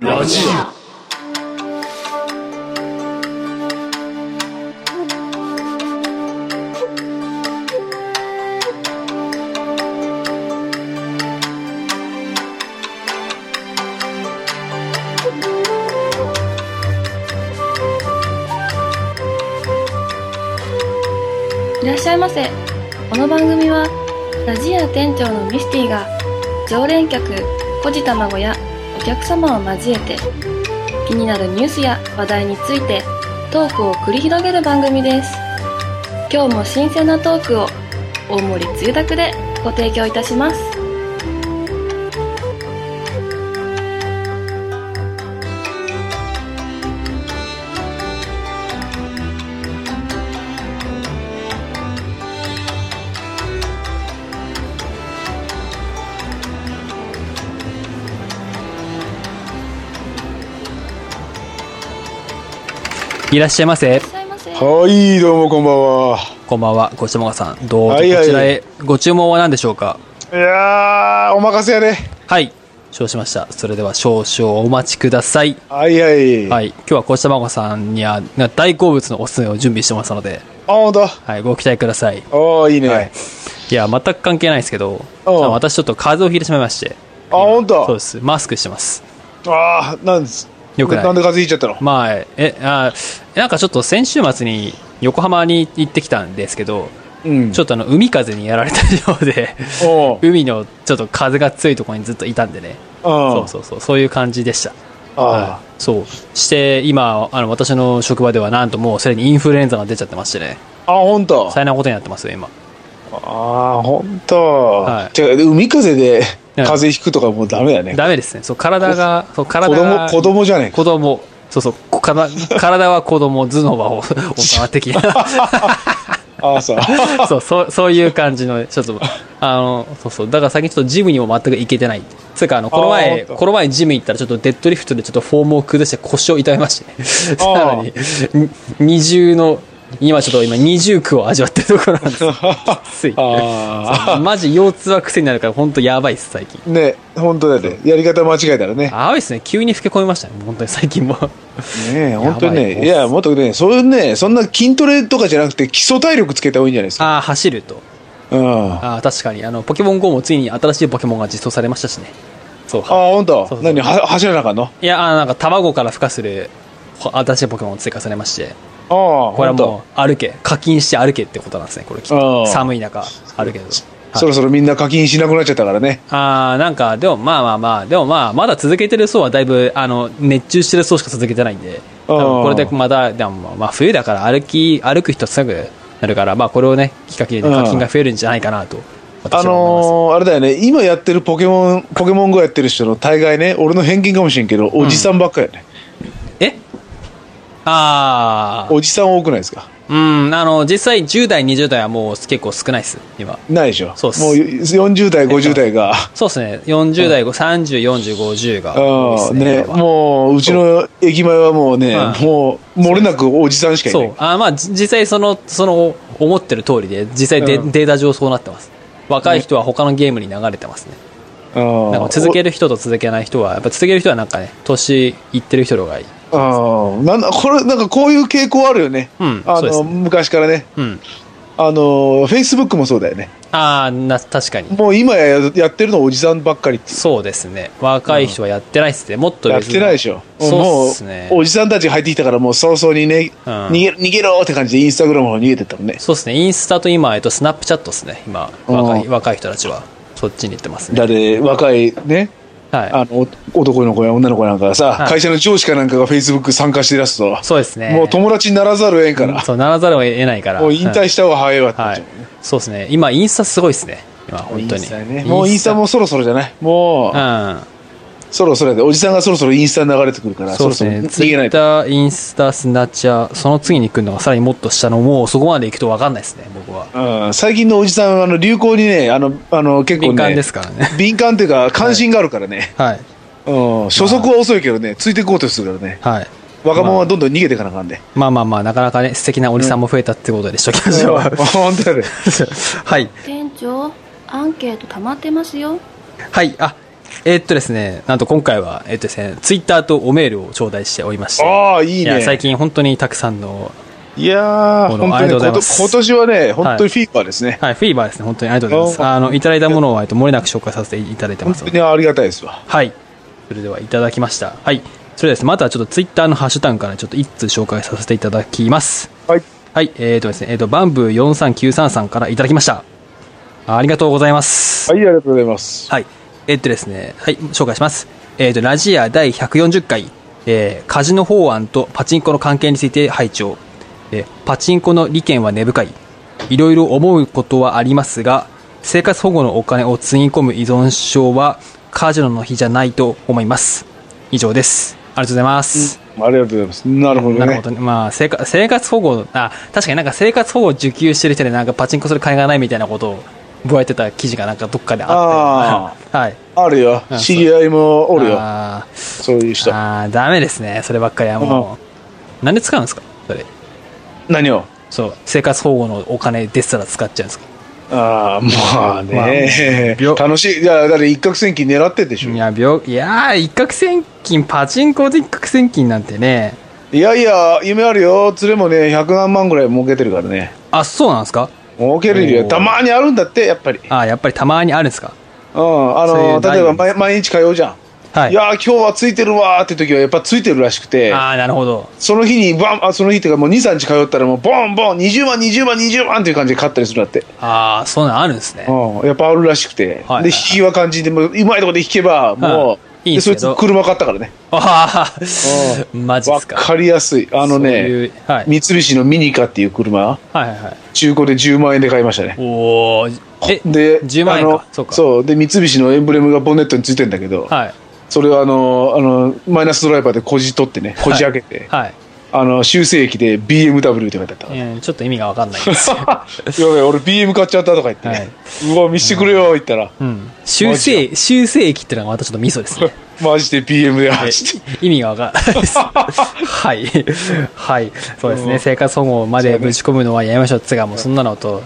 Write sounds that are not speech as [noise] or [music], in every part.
ラジいらっしゃいませこの番組はラジア店長のミスティが常連客コジ卵やお客様を交えて気になるニュースや話題についてトークを繰り広げる番組です今日も新鮮なトークを大盛りつゆだくでご提供いたしますいらっしゃいませい。らっしゃいませはい、どうもこんばんは。こんばんは。ごちそうもがさん。どうぞこはいはいちらへ。ご注文は何でしょうかいやー、お任せやね。はい。承知しました。それでは少々お待ちください。はいはい。。はいい。今日はこちらまごさんにはな大好物のおすすめを準備してますので、あ、ほんとはい。ご期待ください。おー、いいね。はいいや、全く関係ないですけど、あおうの私ちょっと風邪をひいてしまいまして。あ、ほんそうとです。マスクしてます。あー、なんです。よくないなんで風邪ひいちゃったのまあ、え、あ、なんかちょっと先週末に横浜に行ってきたんですけど、うんちょっとあの、海風にやられたようで、 [laughs] おー海のちょっと風が強いところにずっといたんでね。うそんうそうそう、そういう感じでした。あはい、そう。して、今、あの、私の職場ではなんともうすでにインフルエンザが出ちゃってましてね。ー、あ、ほんと大変なことになってますよ、今。あー、ほんはといじゃあ海風でうん風邪ひくとかもうダメだね。ダメですね。そう、体が、そう、子体供、が、子供じゃねえか。子供、そうそう、こ体体は子供、頭脳はお [laughs] 大人的 [laughs] な。あーさ。 [laughs] そう、そう、そういう感じの、ちょっと、あの、そうそう。だから最近ちょっとジムにも全く行けてない。つうか、あの、このあーほ前、んとこの前ジム行ったらちょっとデッドリフトでちょっとフォームを崩して腰を痛めましてね。さらに、に二重の、今ちょっと今二重苦を味わってるところなんです。 [laughs] きつい。あそうマジ腰痛は癖になるから本当やばいっす、最近。ー。ね、ほんとだね。やり方間違えたらね。あばいっすね。急に老け込みましたね。本当に最近も。ねえ、本当にやばいね、いや、もっとね、そういうね、そんな筋トレとかじゃなくて、基礎体力つけた方がいいんじゃないですか。ああ、走ると。うん。あ、ああ、確かに。あの、ポケモン GO もついに新しいポケモンが実装されましたしね。そう。本当そうそう何、は走らなあかんのいや、あのなんか卵から孵化するほ新しいポケモンを追加されまして、ああ、これほはんもう歩け、課金して歩けってことなんですね、これきっあと。ー寒い中、歩けど。とそろそろみんな課金しなくなっちゃったからね。あーなんか、でもまあまあまあ、でもまあ、まだ続けてる層はだいぶ、あの、熱中してる層しか続けてないんで、あー多分これでまた、でもまあ冬だから歩き、歩く人すぐなるから、まあこれをね、きっかけでうん課金が増えるんじゃないかなと、あ私は思います。のー、あれだよね、今やってるポケモン、ポケモン GO やってる人の大概ね、俺の偏見かもしれんけど、おじさんばっかやね。えあーおじさん多くないですかうん、あの、実際10代、20代はもう結構少ないです、今。ないでしょ。そうっすもう40代、50代が、そうですね。40代、30、40、50が多いっうすん、ね。ね、今はもう、うちの駅前はもうね、うんもう、漏れなくおじさんしかいなそ。。いうあまあ、じ実際その、その、思ってる通りで、実際デ,、うんデータ上そうなってます。若い人は他のゲームに流れてますね。うんなんか続ける人と続けない人は、やっぱ続ける人はなんかね、年いってる人の方がいい。ああ、なんだ、これ、なんかこういう傾向あるよね。うんあそうですの、ね昔からね。うん。あの、Facebook もそうだよね。ああ、な、確かに。もう今ややってるのはおじさんばっかりっていうそうですね。若い人はやってないっすね。もっとやっ別にてないでしょ。そうっすね。もう、おじさんたちが入ってきたから、もう早々にね、うん逃げ、逃げろって感じで、インスタグラムの方に逃げてったもんね。そうですね。インスタと今、えっと、スナップチャットですね。今、若い、うん若い人たちは、そっちに行ってますね。だって、若いね、はい。あの、お男の子や女の子なんかがさ、はい会社の上司かなんかが Facebook 参加して出すと、そうですね。もう友達にならざるをえんかうんら、そう、ならざるを得ないから。もう引退した方が早いわってうんなっはちゃ。。いうそうですね。今、インスタすごいですね。今、本当インにスタ。ねもうインスタもそろそろじゃないもう、うん。そろそろやで、おじさんがそろそろインスタに流れてくるから、そそうろですそろね。逃ツイげないッと。ター、インスタ、スナチャ、その次に来るのがさらにもっと下の、もうそこまで行くと分かんないですね、僕は。うん、最近のおじさんはあの流行にね、あの、あの結構ね、敏感ですからね。敏感っていうか、関心があるからね、はい。うん、初速は遅いけどね、ついていこうとするからね、はい。若者はどんどん逃げていかなあかんで、まあまあまあ、なかなかね、素敵なおじさんも増えたってことでしときましょう。 [laughs] 本当だね、 [laughs] はい。店長アンケート溜まってますよはい。あ、えーっとですね、なんと今回は、えーっとですね、ツイッターとおメールを頂戴しておりまして。ああ、いいや、ね。最近本当にたくさんの、いやー、本もの当にありがとうござい今ま年す今年はね、本当にフィーバーですね。はい、フィーバーですね、本当にありがとうございます。どうもあの、いただいたものを、えっと、漏れなく紹介させていただいてますの本で当にありがたいですわ。はい。それではいただきました。はい。それではですね、またはちょっとツイッターのハッシュタグからちょっと一通紹介させていただきます。はい。はい。えっ、とですね、えっ、と、バンブー43933さんからいただきました。ありがとうございます。はい、ありがとうございます。はい。えっ、とですね、はい、紹介します。えっ、と、ラジア第140回、えーカジノ法案とパチンコの関係について拝聴。えーパチンコの利権は根深い。いろいろ思うことはありますが、生活保護のお金をつぎ込む依存症はカジノの日じゃないと思います。以上です。ありがとうございます。ありがとうございます。なるほどなるほねど。ね。まあ、生活、生活保護、あ、確かになんか生活保護を受給してる人でなんかパチンコする金がないみたいなことを、ぼやいてた記事がなんかどっかであって。 [laughs] はい。あるよう。ん知り合いもおるよ。あーそういう人。あーダメですねそればっかりはもうなんで使うんですかそれ何をそう生活保護のお金ですら使っちゃうんですかああ、まあね。まあ楽しい。いや、だって一攫千金狙ってんでしょ。いや病いやー一攫千金パチンコで一攫千金なんてねいやいや、夢あるよ。連れもね、100何万ぐらい儲けてるからね。あそうなんですか儲けるおよ。ーたまにあるんだって、やっぱり。うん。あーやっぱりたまにあるんですかあそういの、うライ例えンば毎毎日通うじゃん。はいいやー、今日はついてるわーって時は、やっぱついてるらしくて。ああなるほどその日にバンあその日っていうかもう23日通ったらもうボンボン20万20万20万っていう感じで買ったりするんだって、ああそうなんあるんですねうん、やっぱあるらしくて、はいで引きは感じでもううまいとこで引けばもう、いいいんですそけいどつ車買ったから [laughs] ねああうマジでわすかかりやすいあのそういねうはい三菱のミニカっていう車はいはいはい中古で10万円で買いましたねおおえで10万円あかのそうかで三菱のエンブレムがボンネットについてんだけど、はいそれをあのあのマイナスドライバーでこじ取ってねこじ開けて、はいあの修正液で BMW って書いてあったからうんちょっと意味がわかんないで [laughs] すやべえ俺 BM 買っちゃったとか言って、はいうわ見してくれよ言ったら、うん、修正修正液ってのがまたちょっとミソですね [laughs] マジで BM で走って意味がわからないですはいはいそうですね生活保護までぶち込むのはやめましょうっつうがもうそんなのと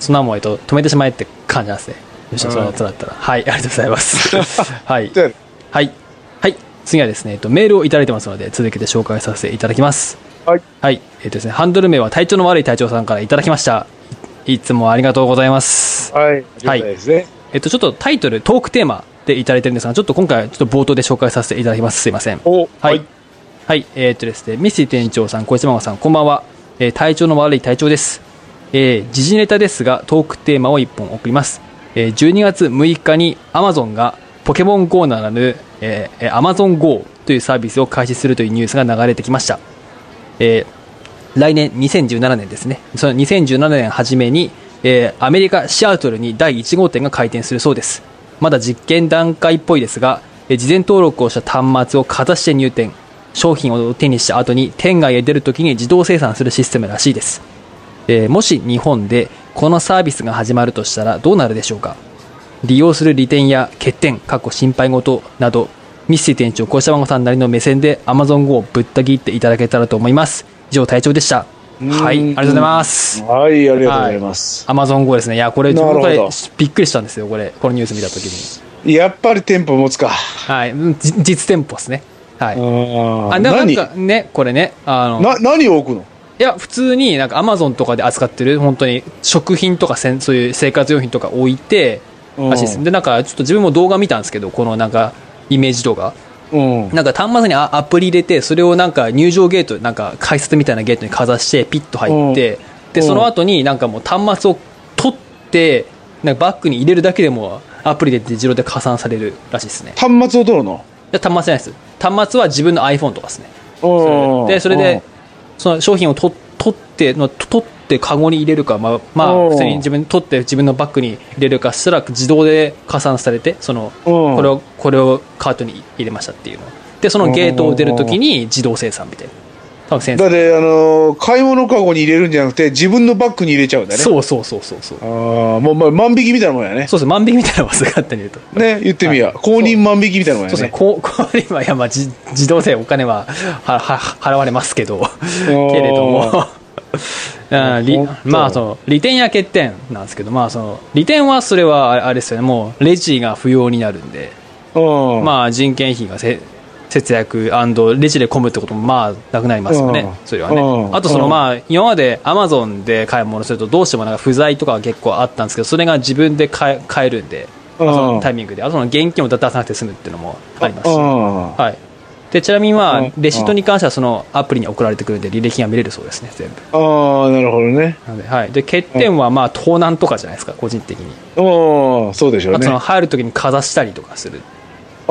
そんなもんえっと止めてしまえって感じなんですねよっしょうんその音だったらはいありがとうございます [laughs] はいではいはい次はですね、えっと、メールをいただいてますので続けて紹介させていただきますはいはいえっとですねハンドル名は体調の悪い隊長さんからいただきましたいいつもありがとうございますはいありがたいですねえっと、ちょっとタイトル、トークテーマでいただいてるんですが、ちょっと今回、ちょっと冒頭で紹介させていただきます。すいません。おはい。はい。えーっとですね、ミス店長さん、小石ママさん、こんばんは。えー体調の悪い体調です。えー時事ネタですが、トークテーマを1本送ります。えー12月6日に Amazon がポケモン GO ならぬ、えーえー Amazon GO というサービスを開始するというニュースが流れてきました。えー来年2017年ですねその2017年初めに、えーアメリカ・シアトルに第1号店が開店するそうですまだ実験段階っぽいですが、えー事前登録をした端末をかざして入店商品を手にした後に店外へ出るときに自動生産するシステムらしいです、えーもし日本でこのサービスが始まるとしたらどうなるでしょうか利用する利点や欠点、過去心配事など、ミッシー店長、小島さんなりの目線で Amazon Go をぶった切っていただけたらと思います。以上、隊長でした。はい、ありがとうございます。はいありがとうございます、 Amazon Go ですね。いや、これ、な自るほ分どこれ、びっくりしたんですよ、これ、このニュース見たときに。やっぱり店舗持つか、はい、うんじ実店舗ですね。はうい。んあ、でもなん何かね、これね、あの、な何を置くのいや、普通になんか Amazon とかで扱ってる、本当に食品とかせんそういう生活用品とか置いて、うんらしいです。で、なんかちょっと自分も動画見たんですけど、このなんか、イメージ動画。うんなんか端末にアアプリ入れて、それをなんか入場ゲート、なんか改札みたいなゲートにかざして、ピッと入って、で、うんその後になんかもう端末を取って、なんかバッグに入れるだけでもアプリで自動で加算されるらしいですね。端末を取るのいや端末じゃないです。端末は自分の iPhone とかですね。うんで、それで、その商品をと取って、の取ってカゴに入れるか、まあ、まあ、うん普通に自分取って自分のバッグに入れるかしたら自動で加算されて、その、うんこれを、これをカートに入れましたっていうの。で、そのゲートを出るときに自動生産みたいな。多う分生んだ産。ってあのー買い物かごに入れるんじゃなくて自分のバッグに入れちゃうんだねうそうそうそうそうそう。あーもうまあ万引きみたいなもんやねそうです万引きみたいなもんですよ勝手に言うと。ね言ってみや、公認万引きみたいなもんやそうですね、ねこう [laughs] これ今、いやまあ、じ自動でお金ははは払われますけど、けれども、うんり本当まあ、その利点や欠点なんですけど、まあ、その利点はそれはあれあれですよね、もうレジが不要になるんで、ううん。あ、まあ、人件費がせ節約レジで混むってこともまあなくなりますよね、うんそれはね、うんあとその、うんまあ、今までアマゾンで買い物するとどうしてもなんか不在とかが結構あったんですけどそれが自分で買え買えるんで、まあそのタイミングであとその現金を出さなくて済むっていうのもありますし、うん。はい、でちなみに、まうあん、レシートに関してはそのアプリに送られてくるんで履歴が見れるそうですね全部ああ、なるほどね。なので,、はい、で欠点はまあ盗難とかじゃないですか個人的に、うん、そうでしょあうとねそ。の入るときにかざしたりとかする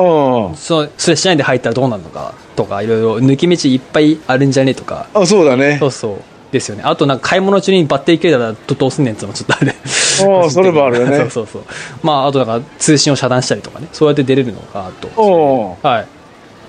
うん。そうそれしないで入ったらどうなるのかとかいろいろ抜け道いっぱいあるんじゃねとかあ、そうだねそ。うそうですよねあとなんか買い物中にバッテリー切れたらどどうすんねんってのもちょっとあれおーそれもあるよね [laughs] そうそうそうまああとなんか通信を遮断したりとかねそうやって出れるのかとおーはい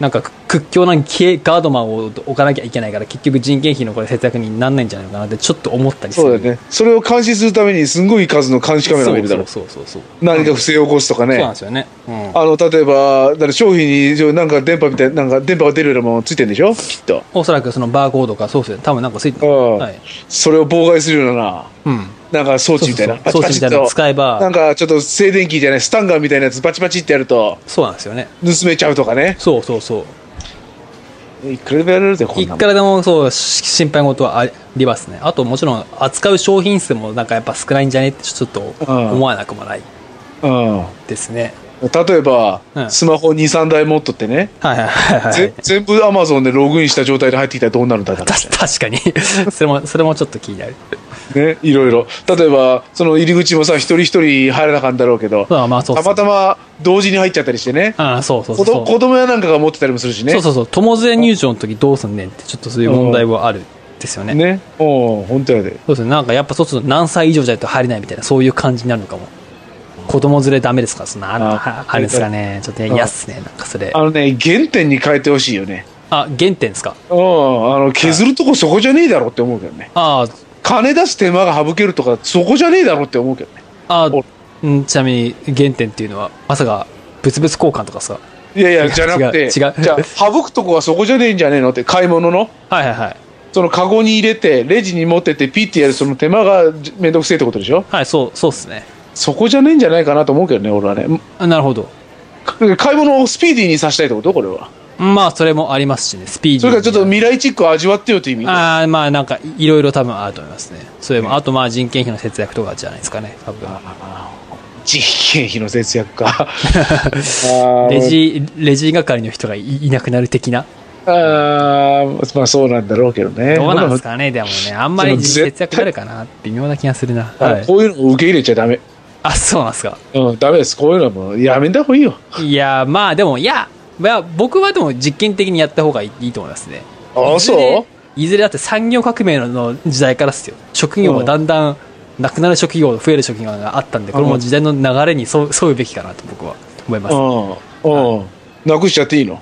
なんかく屈強な消えガードマンを置かなきゃいけないから結局人件費のこれ節約になんないんじゃないのかなってちょっと思ったりするそうだよね。それを監視するために、すんごい数の監視カメラがいるだろう。そうそうそうそう何か不正を起こすとかそうなんねで。すよね、うん、あの、例えば、だから商品に以上、なんか電波みたいな、なんか電波が出るようなものついてるんでしょきっと。おそらくそのバーコードかそうですよね多分なんかついてうるん、はいそれを妨害するような、うんなんか装置みたいな。そうそうそう装置みたいなの使えばなんかちょっと静電気じゃない、スタンガンみたいなやつバチバチってやると、そうなんですよね盗めちゃうとかね。そうそうそういくらでもやれるで、こいんくなもんらでもそうし心配事はありますねあともちろん扱う商品数もなんかやっぱ少ないんじゃねってちょっとうん思わなくもないですね、うん。例えば、うんスマホ2、3台持っとってね、はいはいはいはいぜ全部 Amazon でログインした状態で入ってきたらどうなるんだろうた確かに [laughs] それもそれもちょっと気になるね、いろいろ。例えば、その入り口もさ、一人一人入らなかったんだろうけど、まあまあそうそたうまたま同時に入っちゃったりしてね、ああそうそうそ子う供そう子供やなんかが持ってたりもするしね。そうそうそう友連れ入場の時どうすんねんってちょっとそういう問題はあるんですよねね。おう本当やで。そうですねなんかやっぱそうすると何歳以上じゃないと入れないみたいなそういう感じになるのかも子供連れダメですかそんなああああれですかねちょっと嫌っすねなんかそれあのね、原点に変えてほしいよね。あ原点ですかうん、あの、削るとこそこじゃねえだろって思うけどね。ああ金出す手間が省けるとか、そこじゃねえだろって思うけどね。あおうんちなみに原点っていうのはまさか物々交換とかさいやい違や、うじゃなくて、 [laughs] 違うじゃあ省くとこはそこじゃねえんじゃねえのって、買い物の。はいはいはいそのカゴに入れて、レジに持ってって、ピッてやるその手間がじめんどくせえってことでしょはいそうそうっすねそこじゃねえんじゃないかなと思うけどね、俺はね。あなるほど買い物をスピーディーにさせたいってことこれは。まあそれもありますしねスピーディーそれからちょっとに未来チックを味わってよって意味。ああまあなんかいろいろ多分あると思いますねそれもあとまあ人件費の節約とかじゃないですかね多分人件費の節約 [laughs] か。レジレジ係の人がいいなくなる的なあーまあそうなんだろうけどね。どうなんですかねでもねあんまりその節絶対約になるかな微妙な気がするなあのはいこういうのを受け入れちゃダメ。あそうなんですかうん、ダメです。こういうのはもうやめた方がいいよ。いやまあでもいやいや僕はでも実験的にやった方がいいいいと思いますねあいずれいずれだって産業革命の時代からですよ職業もだんだんなくなる職業増える職業があったんでこれも時代の流れに沿う沿うべきかなと僕は思いますうん。うん。なくしちゃっていいの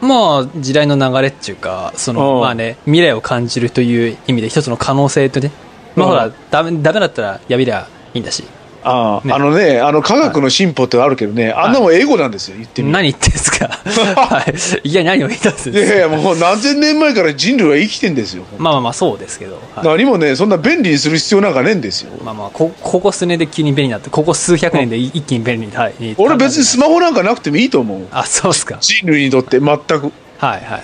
まあ時代の流れっていうかそのうんまあね未来を感じるという意味で一つの可能性とねまあうんほらダメダメだったらやめりゃいいんだしああ、ねあのね、あの科学の進歩ってあるけどね、あんなもん英語なんですよ、言ってみる何言ってん [laughs] すかはいいや何を言ったんですいやいや、もう何千年前から人類は生きてんですよ。まあまあまあそうですけど、はい何もね、そんな便利にする必要なんかねえんですよ。まあまあこここ数年で急に便利になってここ数百年で一気に便利に、はい、俺別にスマホなんかなくてもいいと思う。あそうっすか人類にとって全く。はいはいはい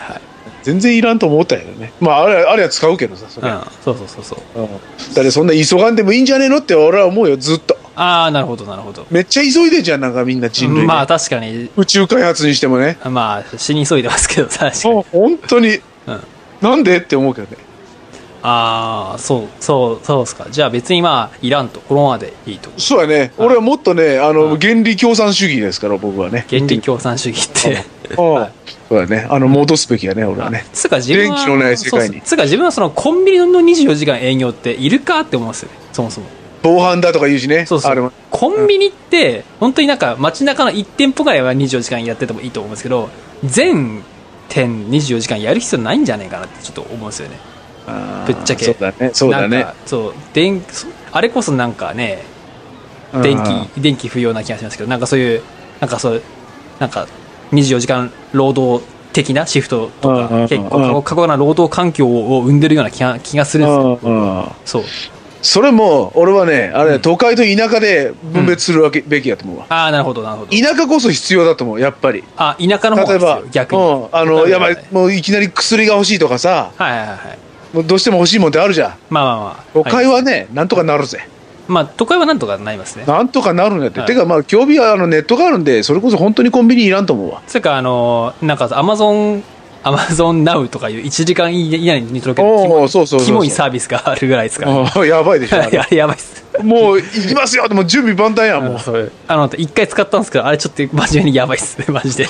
全然いらんと思ったけどね。まあ、あれはあれは使うけどさ、それ。うん、そうそうそうそううんだってそんな急がんでもいいんじゃねえのって俺は思うよ、ずっと。ああなるほどなるほどめっちゃ急いでんじゃん、なんかみんな人類ね、まあ確かに宇宙開発にしてもね。まあ死に急いでますけど確かにもう本当に、うんなんでって思うけどね。ああそうそうそうっすかじゃあ別にまあいらんとこのままでいいとそうやね。俺はもっとね、あの、原理共産主義ですから、僕はね。原理共産主義ってうんそうだね。あの、戻すべきやね、俺はね。 [laughs] つうか自分は電気のない世界にそうっすつうか自分はそのコンビニの24時間営業っているかって思うんですよねそもそも防犯だとか言うしね。そうそあれもう。コンビニって、本当になんか街中の1店舗ぐらいは24時間やっててもいいと思うんですけど、全店24時間やる必要ないんじゃないかなってちょっと思うんですよね。あぶーっちゃけそうだね。そうだなねんか。そう、電、そあれこそなんかね、うん電気、電気不要な気がしますけど、なんかそういう、なんかそう、なんか24時間労働的なシフトとうんうんうか、ん結構過酷過酷な労働環境を生んでるような気が気がするんですよ。うんうんそう。それも俺はねあれ、都会と田舎で分別するわけ、べきやと思うわああ、なるほど、なるほど。田舎こそ必要だと思うやっぱりあ、田舎の方が例え必ば要、逆に。うん、あはのいやばいもういきなり薬が欲しいとかさはいはいはい。もうどうしても欲しいもんってあるじゃんまあまあまあ。都会いはね、なんとかなるぜまあ、都会はなんとかなりますね。なんとかなるんだって、はいてかまあ競技はあのネットがあるんでそれこそ本当にコンビニいらんと思うわそれか、あのー、なんか、アマゾン、アマゾンナウとかいう1時間以内に届けるキモおーそうそうそうそうキモいサービスが [laughs] あるぐらいですから。ああ [laughs] やばいでしょああれれやばいっす。もう行きますよ [laughs] ってもう準備万端やんもうそれあの、一回使ったんですけど、あれちょっと真面目にやばいっすね、 [laughs] マジ [laughs] で。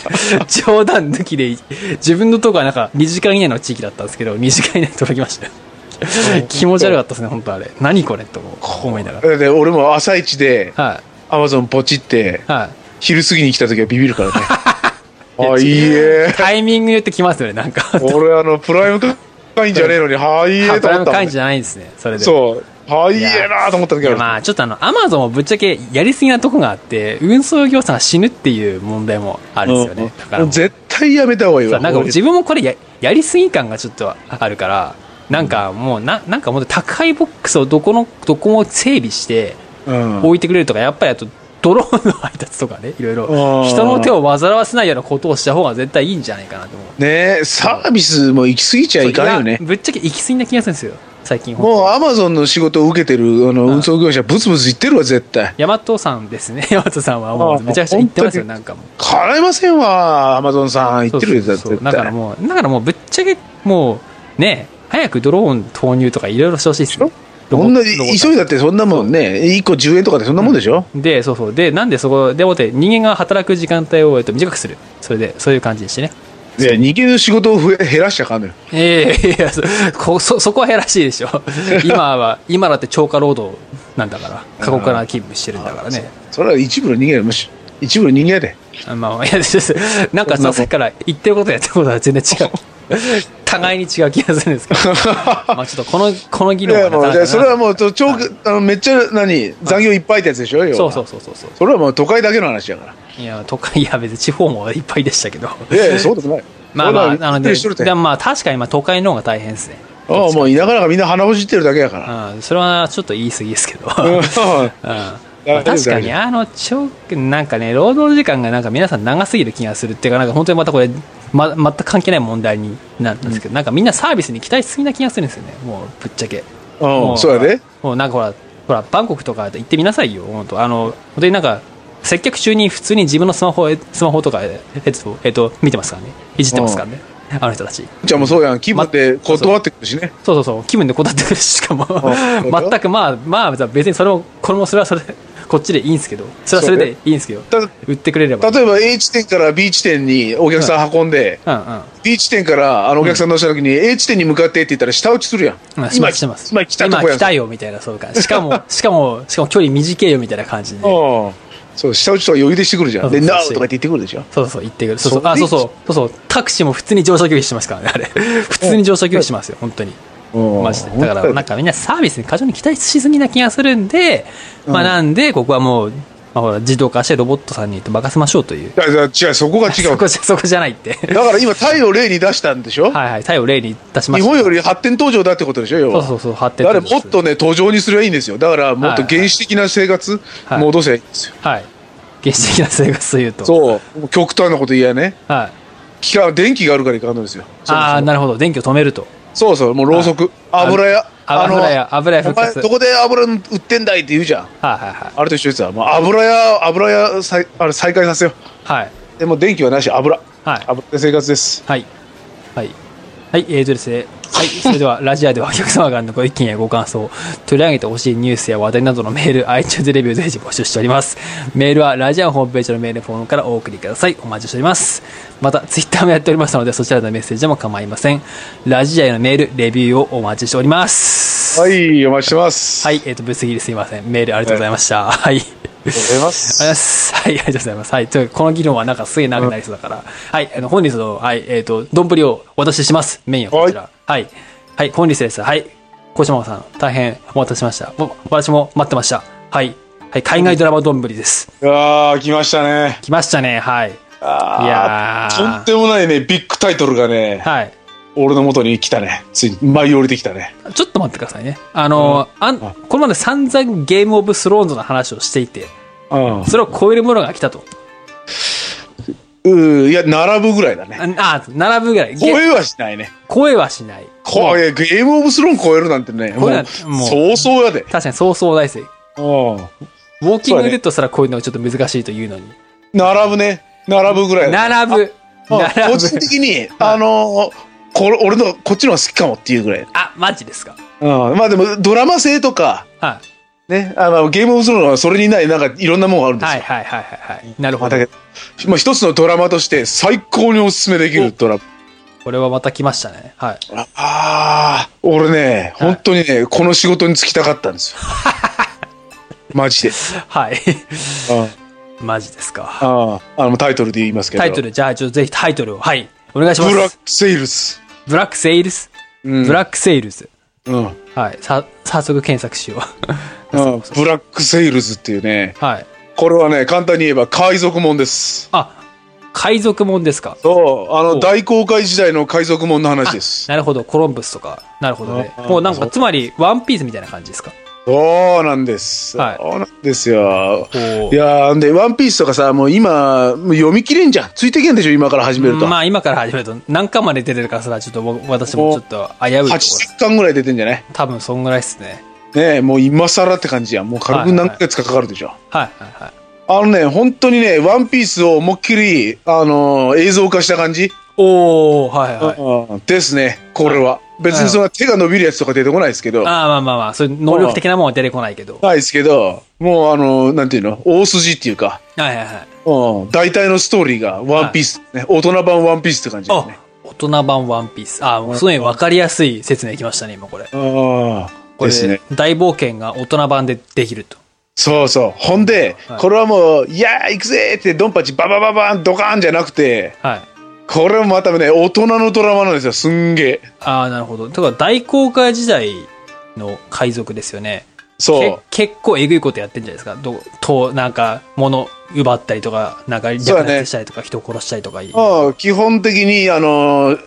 冗談抜きで、自分のとこはなんか2時間以内の地域だったんですけど、2時間以内に届きましたよ。 [laughs] 気持ち悪かったですね、本当あれ。何これと思いながだって俺も朝一でら。はい。アマゾンポチってはい。昼過ぎに来た時はビビるから [laughs] ねあいいえタイミングによってきますよね、なんか。俺あのプライム会員じゃねえのにはいいえプとライ思っムたも会ん、員じね、ゃないんですね、それで。そうはいいえなと思った時いあやるまあちょっとあのアマゾンもぶっちゃけやりすぎなとこがあって運送業者が死ぬっていう問題もあるんですよねだからももうう絶対やめた方がいいさわなんか自分もこれややりすぎ感がちょっとあるからなんかもうななんかもう宅配ボックスをどこのどこも整備してうん置いてくれるとかやっぱりあとドローンの配達とかねいろいろあー人の手を煩わせないようなことをした方が絶対いいんじゃないかなと思うねえサービスも行き過ぎちゃいかんよねぶっちゃけ行き過ぎな気がするんですよ最近もうアマゾンの仕事を受けてるあの運送業者ブツブツ言ってるわ絶対ヤマトさんですね [laughs] ヤマトさんはもあうめちゃくちゃ行ってますよ本当になんかもう払えませんわアマゾンさん言ってるよそうそうそう絶だから対もうだからもうぶっちゃけもうね早くドローン投入とかいろいろしてほしいですよこんな急いだってそんなもんね1個10円とかでそんなもんでしょ、でそうそうでなんでそこでもって人間が働く時間帯を、えっと、短くするそれでそういう感じにしてねいや人間の仕事を増え減らしちゃあかんのよええいやそこそ [laughs] そこは減らしいでしょ今は今だって超過労働なんだから過酷な勤務してるんだからねそれは一部の人間やむし一部の人間やであ [laughs] まあまあいやですなんかそんなもさんっきから言ってることやってることは全 [laughs] 然違う互いに違う気がするんですけどまあちょっとこのこの議い論はやなかもなうかじゃなあそれはもうと長期あのめっちゃ何残業いっぱいってやつでしょ要はそうそうそうそうそうそれはもう都会だけの話や [laughs] からいや、都会、いや、別に地方もいっぱいでした [laughs] けど。いやいやそうですねまあまあ、そんなびっのくで、りしとるてでもまあ確かにまあ都会の方が大変ですね。ああもう田舎なんかみんな鼻ほじってるだけやからうん、それはちょっと言い過ぎで [laughs] すけど。ううんん。丈夫確かに、あの、ちょ、なんかね、労働時間がなんか皆さん長すぎる気がするっていうか、なんか本当にまたこれ、ま、全く関係ない問題になったんですけど、なんかみんなサービスに期待しすぎな気がするんですよね。もう、ぶっちゃけ。うもんそうやで。もうなんかほら、ほら、バンコクとか行ってみなさいよ、本当あの、本当になんか、接客中に普通に自分のスマホ、えスマホとか、ええっと、えっと、見てますからね。いじってますからね。あの人たち。じゃあもうそうやん気分で断ってくるしねそうそうそう、気分で断ってくるし、しかも、ん全くまあ、まあ、別にそれも、これもそれはそれで、こっちでいいんですけど、それはそれでいいんですけどた、例売ってくれれば。えば A 地点から B 地点にお客さん運んで、うんうん。 B 地点からあのお客さん乗した時に A 地点に向かってって言ったら下打ちするやん、まあ、しま今すしてます。今来たとこや今ん来たよ、みたいな、そうか。し [laughs] かも、しかも、しかも距離短いよ、みたいな感じで。うんそう下打ちとか余裕でしてくるじゃんで「そうそう NO!」とかって言ってくるでしょそうそう、行ってくる。そうそう、それあ、そうそう、そうそう、タクシーも普通に乗車拒否してますからね、あれ。普通に乗車拒否しますよ、本当に。うんマジで。だから、なんかみんなサービスに過剰に期待しすぎな気がするんで、まあうんなんで、ここはもう、まあほら、自動化してロボットさんに任せましょうという。いやいや違うそこが違そうこじゃ、そこじゃな [laughs] いって。だから今タイを例に出したんでしょ、はいはい、タイを例に出しま日した。本より発展途上だってことでしょ要そうはそうそう、発展だからもっとね途上にすればいいんですよだからもっと原始的な生活はい戻せばいいんですよ、はい。原始的な生活というと。そう極端なこと言えばねはい。機関電気があるからいかんのですよそもそもああ、なるほど。電気を止めると。そうそうもうろうそくあ油屋あの油屋油屋復活お前どこで油売ってんだいって言うじゃんはいはいはい。あれと一緒ですわもう油屋油屋再あれ再開させよはい。うでもう電気はなし油はい。油で生活ですはい。はい。はい、えーとですね。はい、それでは、ラジオではお客様からのご意見やご感想、取り上げてほしいニュースや話題などのメール、iTunes レビュー随時募集しております。メールは、ラジオホームページのメールフォームからお送りください。お待ちしております。また、Twitter もやっておりますので、そちらのメッセージでも構いません。ラジオへのメール、レビューをお待ちしております。。はいいお待ちしてますはいありい、えーと、ぶつ切りすいません。メールありがとうございました。はい。がとうございまありがとうごすざいます。はい、ありがとうございます。はい、というこの議論はなんかすげえ長くなりそうだから、はい、あの、本日の、はい、えっ、と、丼をお渡しします。メインはこちら。はい。はい、本日です。はい。小島さん、大変お待たせしました。も私も待ってました。はい。はい、海外ドラマ丼です。ああ来ましたね来ましたね、はい。いあーやーとんでもないねビッグタイトルがねはい。俺の元に来たね。ついに舞い降りてきたね。ちょっと待ってくださいね。あの、あんあこれまで散々ゲームオブスローンズの話をしていて、うん。それを超えるものが来たと。うん、いや、並ぶぐらいだね。あ、あ並ぶぐらい。超げえはしないね。声はしない。こもうれ、ゲームオブスローン超えるなんてね、もこれはう、もうそうそうやで。確かにそうそう大生。ウうん。ォーキングデッドすらこういうのがちょっと難しいというのに。並ぶね。並ぶぐらいだね並ぶ。あ並 [laughs] 個人ぶ。的に、あのこれ俺のこっちの方が好きかもっていうぐらい、あ、マジですか。うん、まあでもドラマ性とか、はね、あのゲームオブスローンはそれにないなんかいろんなものがあるんい。ですよ、はいはいはいはいはい。なるまあほどだ。けど、まあ、一つのドラマとして最高におすすめできるドラマこれはまた来ましたね。はい。ああー俺ねはい本当にねこの仕事に就きたかったん [laughs] ですよマジで、はい。 [laughs] うん、マジですか。あーあのタイトルで言いますけどタイトルル、じゃあ、ちょっとぜひタイトルを。はい。お願いしまブラッす。クセールス、ブラックセールス。うんブラックセールス。うんうんはい。さ、早速検索しよ [laughs] ブラックセールズっていうねう。はい。これはね簡単に言えば海賊もんですあ、海賊もんですか。そう、あおの、大航海時代の海賊門の話です。なるほど、コロンブスとか。なるほどね。あもうなんそか、うつまり、ワンピースみたいな感じですか。そうなんです。はいそうなんですよ。おーいやーで、ワンピースとかさ、もう今、もう読み切れんじゃん。ついてけんでしょ、今から始めると。まあ、今から始めると、何巻まで出てるかさ、ちょっと僕私もちょっと危ういところです。 80巻ぐらい出てんじゃない多分、そんぐらいですね。ねえもう今更って感じやん。もう軽くはい何ヶ月かかかるでしょ。はい、はい、はい。あのね、本当にね、ワンピースを思いっきり、あのー映像化した感じ、おー、はい、はい。うんですね、これは。別にそんな手が伸びるやつとか出てこないですけど、ああ、まあまあまあ、そういう能力的なもんは出てこないけど。ないですけど、もうあのーなんていうの、大筋っていうか、はい、はい、はい。うん、大体のストーリーがワンピース、ね、大人版ワンピースって感じだあね。、大人版ワンピース。ああ、もうすごい分かりやすい説明きましたね、今これ。ああ、これですね。大冒険が大人版でできると。そうそう。ほんで、はいこれはもう、いやー、行くぜーって、ドンパチババババーン、ドカーンじゃなくて、はい。これもまたね、大人のドラマなんですよ、すんげえ。ああ、なるほど。だから大航海時代の海賊ですよね。けそ結構えぐいことやってんじゃないですか。どと、なんか、物奪ったりとか、なんか、略そうだね奪したりとか、人殺したりとかいい。う。まあ、基本的に、あのー、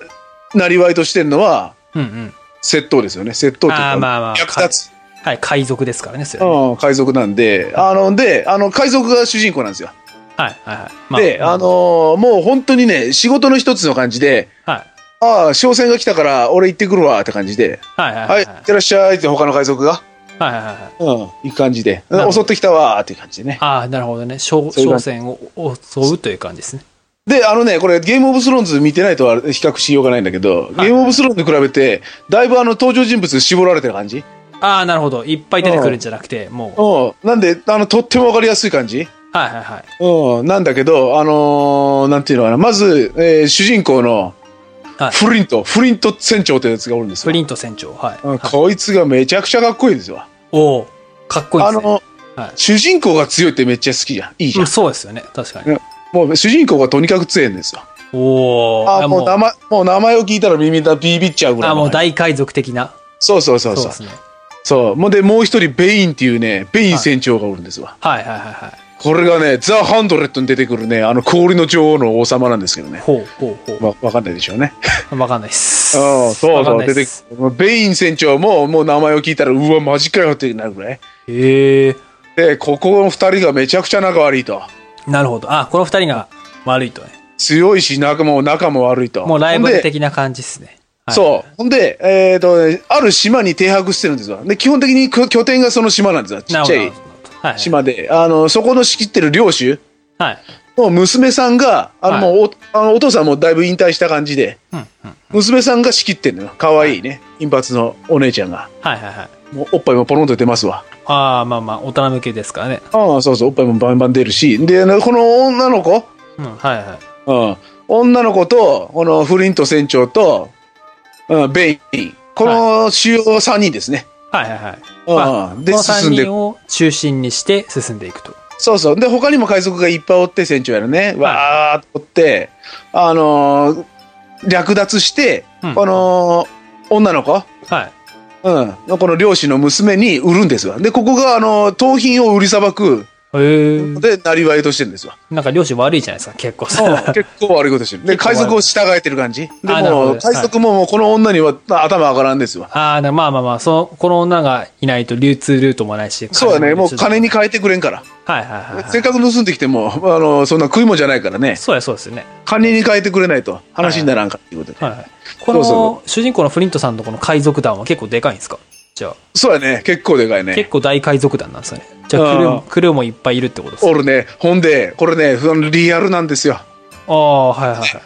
なりわいとしてるのは、うんうん。窃盗ですよね。窃盗というか、あーまあまあ役立つ、はい、海賊ですからね、それはね。うん、海賊なんで、あの、で、あの、海賊が主人公なんですよ。はい、はい、はい。まで、あ、のーもう本当にね、仕事の一つの感じで、はい。ああ、商船が来たから、俺行ってくるわ、って感じで。はい、はい、は、はいい。いってらっしゃいって他の海賊が。はい、はい、はい。うん、いい感じで。なるうほどん襲ってきたわ、っていう感じでね。ああ、なるほどね。商そういう商感じ船を襲うという感じですね。で、あのね、これ、ゲームオブスローンズ見てないとは比較しようがないんだけど、ゲームオブスローンズと比べて、だいぶあの、登場人物絞られてる感じ。ああ、なるほど。いっぱい出てくるんじゃなくて、もう。うん。なんで、あの、とってもわかりやすい感じ。はいはいはい。うん。なんだけど、あのーなんていうのかな。まず、えー主人公のはい、フリント、フリント船長ってやつがおるんですフよ。リント船長。はい。うん、はいこいつがめちゃくちゃかっこいいですよ。おおかっこいいあですね。の、はい主人公が強いってめっちゃ好きじゃん。いいじうゃんん。そうですよね。確かに。ねもう主人公がとにかく強いんですよ。おおあ、もう名前、もう名前を聞いたら耳だビビっちゃうぐらいあ、の。もう大海賊的な。そうそうそうそそうう。ですね。そう。もうで、もう一人、ベインっていうね、ベイン船長がおるんですわ。はいはいはいはい。これがね、ザ・ハンドレットに出てくるね、あの、氷の女王の王様なんですけどね。ほうほうほわ、わかんないでしょう [laughs] ね。う。わかんないっす。うん、そうわかそんう、ないっ出てす。くる。ベイン船長も、もう名前を聞いたら、うわ、マジかよってなるぐらい。へえ。で、ここの二人がめちゃくちゃ仲悪いと。なるほど。あ、この二人が悪いとね。強いし、仲も、仲も悪いと。もうライバほんルで的な感じっすね。はいそう。ほんで、えっ、と、ね、ある島に停泊してるんですわ。で、基本的に拠拠点がその島なんですわ。ちなっるちほど。ゃないるほどはい。島で。あの、そこの仕切ってる領主はい。の娘さんが、あの、はいもうお、あのお父さんもだいぶ引退した感じで、うんうん。娘さんが仕切ってんのよ。可愛いね。金髪のお姉ちゃんが。はいはいはい。もうおっぱいもポロンと出ますわ。ああ、まあまあ、大人向けですからね。ああ、そうそう、おっぱいもバンバン出るし。で、あのこの女の子、うん、はいはい。うん、女の子と、このフリント船長と、うん、ベイン。この主要3人ですね。はいはいはい。ああまあ、でこの3進んでいく人を中心にして進んでいくと。そうそう。で、他にも海賊がいっぱいおって、船長やるね。わーっとおって、あのー略奪して、うんこの、女の子、はい。うん、この漁師の娘に売るんですわ。で、ここが、あのー盗品を売りさばく、へえ。で、なりわいとしてるんですわ。なんか漁師悪いじゃないですか、結構さ。 [laughs] 結構悪いことしてる。で、結構悪海い賊を従えてる感じ。であなるほども、海賊ももうこの女には頭上がらんですわ。 [laughs] ああ、なまあまあまあ、その、この女がいないと流通ルートもないし。そうだね、もう金に。に変えてくれんから。はいはいはい、はせっい。かく盗んできても、あの、そんな食いもんじゃないからね。そうや、そうですよね。金に変えてくれないと話にならんかっていうことはで。いはい。この、そうそ主人公のフリントさんのこの海賊団は結構でかいんですかじゃあ、そうだね、結構でかいね結。構大海賊団なんですよね。じゃあ、クルーあクルーもいっぱいいるってことですかおるね、ほんで、これね、そのリアルなんですよ。ああ、はいはいはい。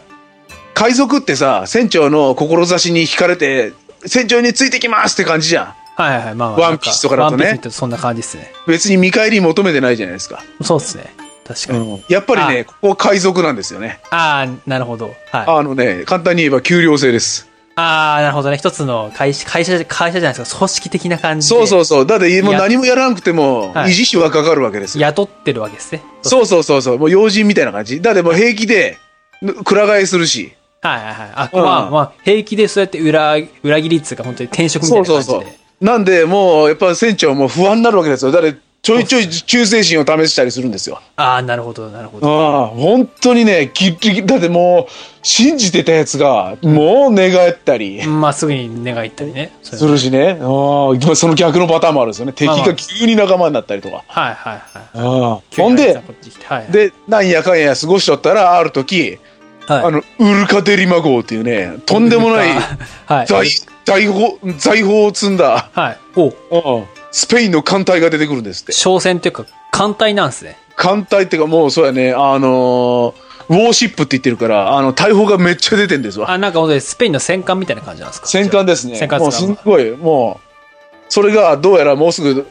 海賊ってさ、船長の志に惹かれて、船長についてきますって感じじゃん。はいはいはい、まあまあ。ワンピースとかだとねワンピースそんな感じですね。別に見返り求めてないじゃないですか。そうですね。確かに。やっぱりあね、ここは海賊なんですよね。ああ、なるほど。はい。ああのね、簡単に言えば給料制です。あー、なるほどね。一つの会社、会社、会社じゃないですか。組織的な感じで。そうそうそう。だってもうや何もやらなくても、はい維持費はかかるわけですよ。雇ってるわけですね。そうそうそうそう。もう用心みたいな感じ。だってもう平気で、ぬくら替えするし。はいはいはい。あ、うんまあまあ、平気でそうやって裏、裏切りっつうか、本当に転職みたいそうな感じそうで。そう。なんで、もう、やっぱ船長も不安になるわけですよ。だって、ちょいちょい忠誠心を試したりするんですよ。ああ、なるほど、なるほど。ああ、本当にね、ギリギリだってもう、信じてたやつが、もう寝返ったりまあ、すぐに願い行ったりね。そすれるしね。ああ、その逆のパターンもあるんですよね。敵まあまあが急に仲間になったりとか。はいはいはい。ああほん急にあでいつが、こっち来てはいはい、で、なんやかんや過ごしとったら、ある時、はい、あの、ウルカデリマ号っていうね、とんでもない [laughs] はい。財、財宝、財宝を積んだ、はい。お、うんスペインの艦隊が出てくるんですって。商船っていうか、艦隊なんですね。艦隊っていうかもうそうやね、あのーウォーシップって言ってるから、あの、大砲がめっちゃ出てんですわ。あ、なんか本当にスペインの戦艦みたいな感じなんですか戦艦ですね。戦艦もでうすすかっごい、もう、それがどうやらもうすぐ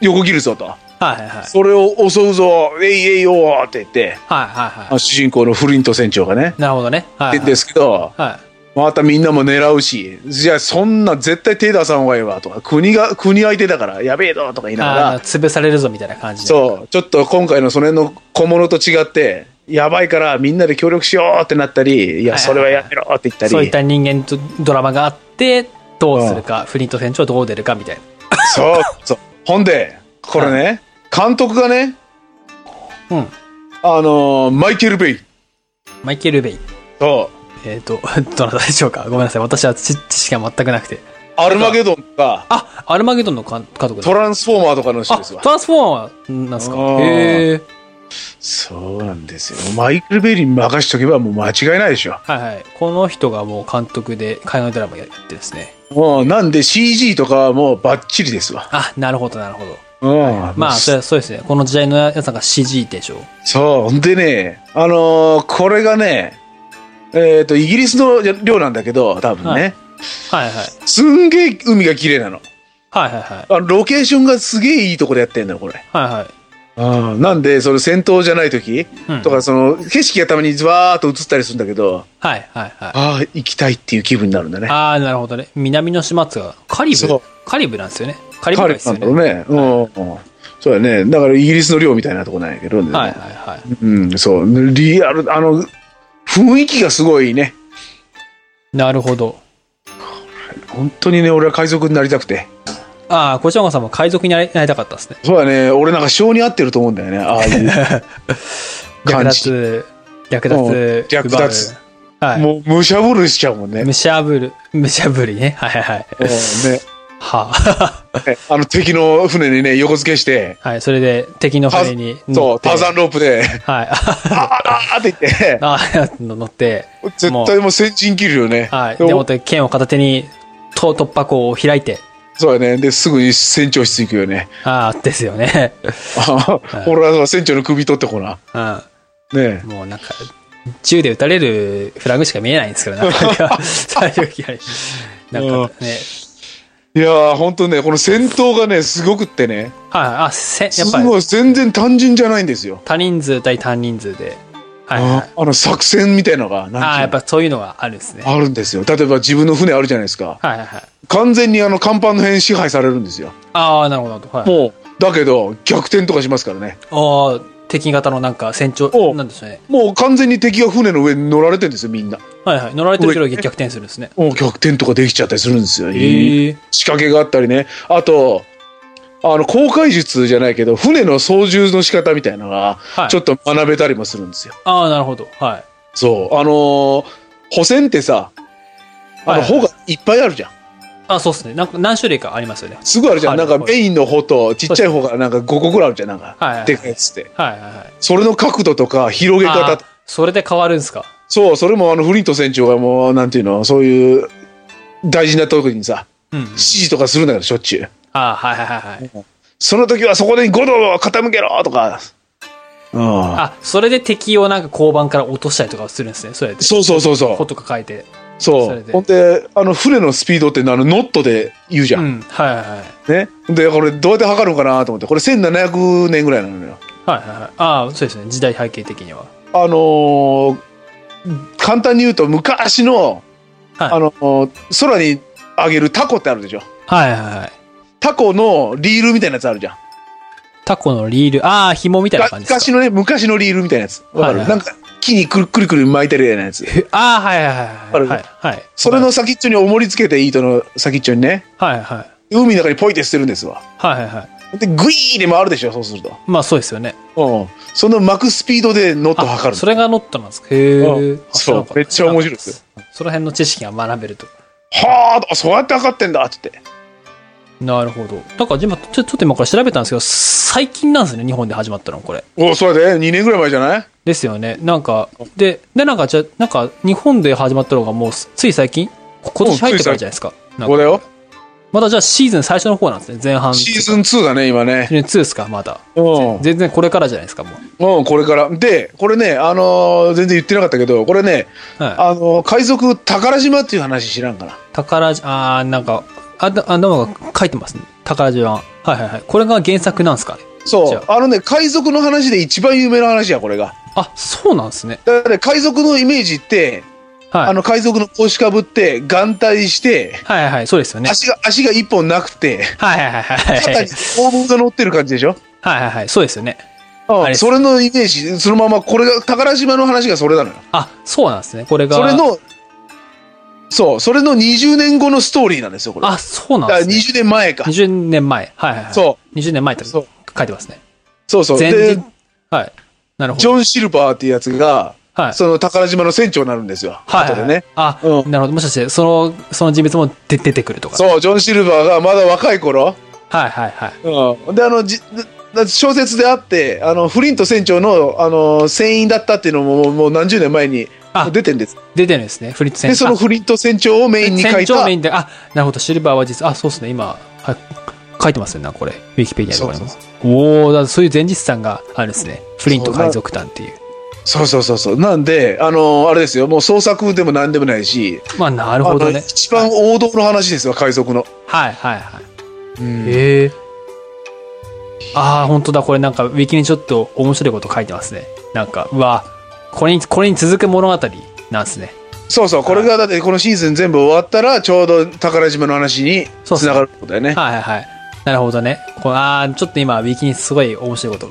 横切るぞと。はいはいはい。それを襲うぞ、えいえいよーって言って、はいはいあはの主人公のフリント船長がね、い。なるほどね。はい、ではいで。すけど、はまたみんなも狙うし、じゃあそんな絶対手出さん方がいいわとか、国が、国相手だからやべえぞとか言いい。ながあらー、潰されるぞみたいな感じで。そう、ちょっと今回のその辺の小物と違って、やばいからみんなで協力しようってなったり、いや、はいはいはいそれはやめろって言ったり、そういった人間とドラマがあって、どうするか、フリント船長どう出るかみたいな。そうそう。ほんで、これね、監督がね、うん。あのーマイケル・ベイ。マイケル・ベイ。そう。えっ、と、 [laughs] どなたでしょうかごめんなさい。私は知知識が全くなくて。アルマゲドンとか、あ、アルマゲドンの監監督トだ。ランスフォーマーとかの人あ、ですわト。ランスフォーマーなんですかあーへえ。そうなんですよ。マイケル・ベイに任しとけばもう間違いないでしょ。はいはい。この人がもう監督で海外ドラマやってですね。もう、なんで CG とかはもうバッチリですわ。あ、なるほどなるほど。うん。まあ、そそうそうですね。この時代のやつなんか CG でしょ。う。ほんでね、あのーこれがね、えっ、と、イギリスの寮なんだけど、多分ね、はいはいはい。すんげえ海が綺麗なの。はいはいはい。あのロケーションがすげえいいとこでやってんのよ、これ。はいはい。ああなんで、その戦闘じゃない時うんとか、その景色がたまにズワーっと映ったりするんだけど、はいはいはい。ああ、行きたいっていう気分になるんだね。ああ、なるほどね。南の島っつうかカリそブうカリブなんですよね。カリブ海彼ですなよんね。だろうはいね。うんうん。そうだね。だからイギリスの寮みたいなとこなんやけどね。はいはい。うん、そう。リアル、あの、雰囲気がすごいね。なるほど。本当にね、俺は海賊になりたくて。ああ、こちらのさんも海賊になりなりたかったですね。そうだね。俺なんか性に合ってると思うん [laughs] だよね。ああいう。略感奪じ略奪うん略奪奪うはいもう、むしゃぶるしちゃうもんね。むしゃぶるむしゃぶりねはいはいはいうんね。は [laughs] ああの敵の船にね、横付けして、はいそれで敵のタ船に乗そっう、てターザンロープで、 [laughs] はいあーあーって言って、あ乗って絶対もう先陣切るよね。はいででもって剣を片手にと突破口を開いてそうやね。で、すぐに船長室行くよね。ああですよね [laughs] あい俺は船長の首取ってこな。うんねもうなんか銃で撃たれるフラグしか見えないん [laughs] ですけどなんか最悪いきなりなんかねえ。いやー、ほんとね、この戦闘がね、すごくってね。はいあせやすっぱりごい、全然単純じゃないんですよ。多人数対多人数ではいはいああの、作戦みたいのが、なんていうのああ、やっぱそういうのがあるんですね。あるんですよ。例えば自分の船あるじゃないですか。はいはいはい。完全にあの、甲板の辺支配されるんですよ。ああ、なるほどなるほど。はい。もう、だけど、逆転とかしますからね。ああ、敵型のなんか船長お、うなんでしょうね。もう完全に敵が船の上に乗られてるんですよ、みんな。はいはい。乗られてる人が逆転するんですね。もう逆転とかできちゃったりするんですよ。へえ。仕掛けがあったりね。あと、あの、航海術じゃないけど、船の操縦の仕方みたいなのがは、いちょっと学べたりもするんですよ。ああ、なるほど。はい。そう。あのー、補船ってさ、あはいの、はい帆がいっぱいあるじゃん。あそうですね。なんか何種類かありますよね。すぐあるじゃん。はないんかメインの方とちっちゃい方がなんか5個ぐらいあるじゃん。なんはいはかい、でかいやつって。はいはいはい。それの角度とか広げあ方ー。それで変わるんですか。そう、それもあのフリント船長がもう、なんていうの、そういう大事な時にさ、うんうん。指示とかするんだけど、しょっちゅう。ああ、はいはいはいはい。その時はそこで5度傾けろとか。うん。あ、それで敵をなんか交番から落としたりとかするんですね。そうやって。そうそうそうそうこ。とか書いて。そそれでう。ほんで、あの、船のスピードってあの、ノットで言うじゃ。うんん。はいはいはい。はいね。で、これどうやって測るのかなと思って、これ1700年ぐらいなのよ。はいはい。ああ、そうですね。時代背景的には。あのー簡単に言うと、昔の、はいあのー空に上げるタコってあるでしょ。はいはいはい。タコのリールみたいなやつあるじゃん。タコのリール。ああ、紐みたいな感じです昔か。のね、昔のリールみたいなやつ。わかる、はいはいなんか、木にくるくるくる巻いてるようなやつ。へああ、はいはいかはいるはい。はいはい。それの先っちょに重りつけて、糸の先っちょにね、はいはいはい。海の中にポイって捨てるんですわ。はいはいはい。で、グイーで回るでしょ、そうすると。まあそうですよね。うん。その巻くスピードでノットあ測る。それがノットなんですか。へうえん。そうめっちゃ面白いですよよ。その辺の知識が学べると。はあ、そうやって測ってんだ、つって。なるほど。だから今、ちょちょっと今から調べたんですけど、最近なんですね、日本で始まったの、これ。おそれで2年ぐらい前じゃないですよね。なんか、で、で、なんか、じゃ、なんか、日本で始まったのがもう、つい最近こ今年入ってからじゃないですか。なここんかだよ。まだじゃあシーズン最初の方なんですね、前半。シーズン2だね、今ね。シーズン2ですか、まだ。うん。全然これからじゃないですか、もう。うん、これから。で、これね、あのー全然言ってなかったけど、これね、はい。あのー海賊宝島っていう話知らんかな。宝じ、あー、なんか、あ、だあ、なんか書いてますね。宝島。はいはいはい。これが原作なんですかね。そじうゃ。あのね、海賊の話で一番有名な話や、これが。あ、そうなんですね。だからね、海賊のイメージって、はい。あの、海賊の帽子かぶって、眼帯して、はいはいはい、そうですよね。足が、足が一本なくて、 [laughs] はいはいはいはい。肩に大物が乗ってる感じでしょはいはいはい、そうですよね。あうれん。それのイメージ、そのまま、これが、宝島の話がそれなのよ。あ、そうなんですね。これが。それの、そう、それの20年後のストーリーなんですよ、これ。あ、そうなんだからです20ね。年前か。 20年前。はいはいはい。。そう20年前って書そいうてますね。そうそう。前で日、。はい。なるほジど。ョン・シルバーっていうやつが、はい。その宝島の船長になるんですよ。はい後はでい。ね。あ、うんなるほど。もしかして、その、その人物も出出てくるとか。そう、ジョン・シルバーがまだ若い頃、はいはいはい。うん、であのじな小説であってあのフリント船長のあの船員だったっていうのももうもう何十年前にあ出てんです出てるんですね。フリッツで船そのフリント船長をメインに書船い長たメインで、あ、なるほど。シルバーは実、あ、そうですね。今、はい。書いてますよね、これ。ウィキペディアとかにも。そうおおだからそういう前日さんがあるんですね。フリント海賊団っていう。そうそうそうそうなんであのあれですよもう創作でも何でもないし、まあ、なあるほどのね。一番王道の話ですよ海賊の、はいはいはい。うんへえああ、本当だ。これなんか、ウィキにちょっと面白いこと書いてますね。なんか、うわ、これに、これに続く物語なんですね。そうそうこれがだってこのシーズン全部終わったらちょうど宝島の話にそうそうつながるってことだよね [laughs] はいはいはい。なるほどね。こうああ、ちょっと今、ウィキにすごい面白いこと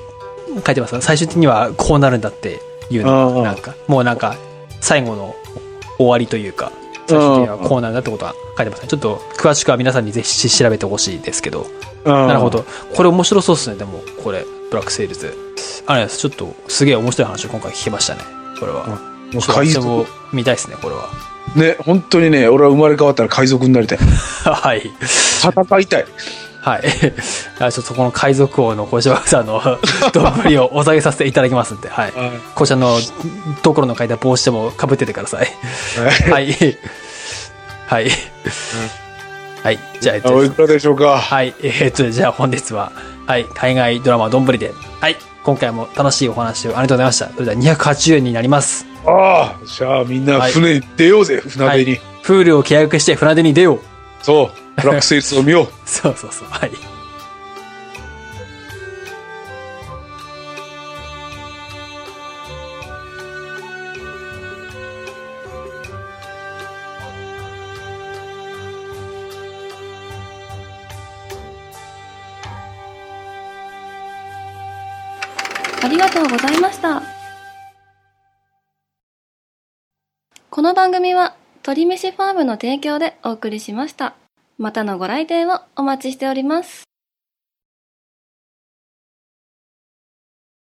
書いてます。最終的にはこうなるんだっていううんうのんなんか、もうなんか、最後の終わりというか、最終的にはこうなるんだってことは書いてますね。ちょっと、詳しくは皆さんにぜひ調べてほしいですけど。ななるほど。これ面白そうですね、でも、これ、ブラックセールズ。あれです、ちょっと、すげえ面白い話を今回聞きましたね、これは。もうちょっと海私賊も見たいですね、これは。 [laughs] ね本当にね俺は生まれ変わったら海賊になりたいはい。戦いた [laughs] いはい。あちょっとこの海賊王の小島さんの [laughs] 丼をお下げさせていただきますんで、はい。こちらの、ところの書いた帽子でも被っててくだ [laughs] さい。はい。はい。はい。じゃあ、えっあおとい、くらでしょうかはい、えーっと、じゃあ本日は、はい、海外ドラマどんぶりで、はい、今回も楽しいお話をありがとうございました。それでは280円になります。ああ、じゃあみんなはい船に出ようぜ、は船い出に。、プールを契約して船出に出よう。そう、ブラックセイルスを見よう。そうそうそう、はい。ありがとうございました。この番組は鳥飯ファームの提供でお送りしました。またのご来店をお待ちしております。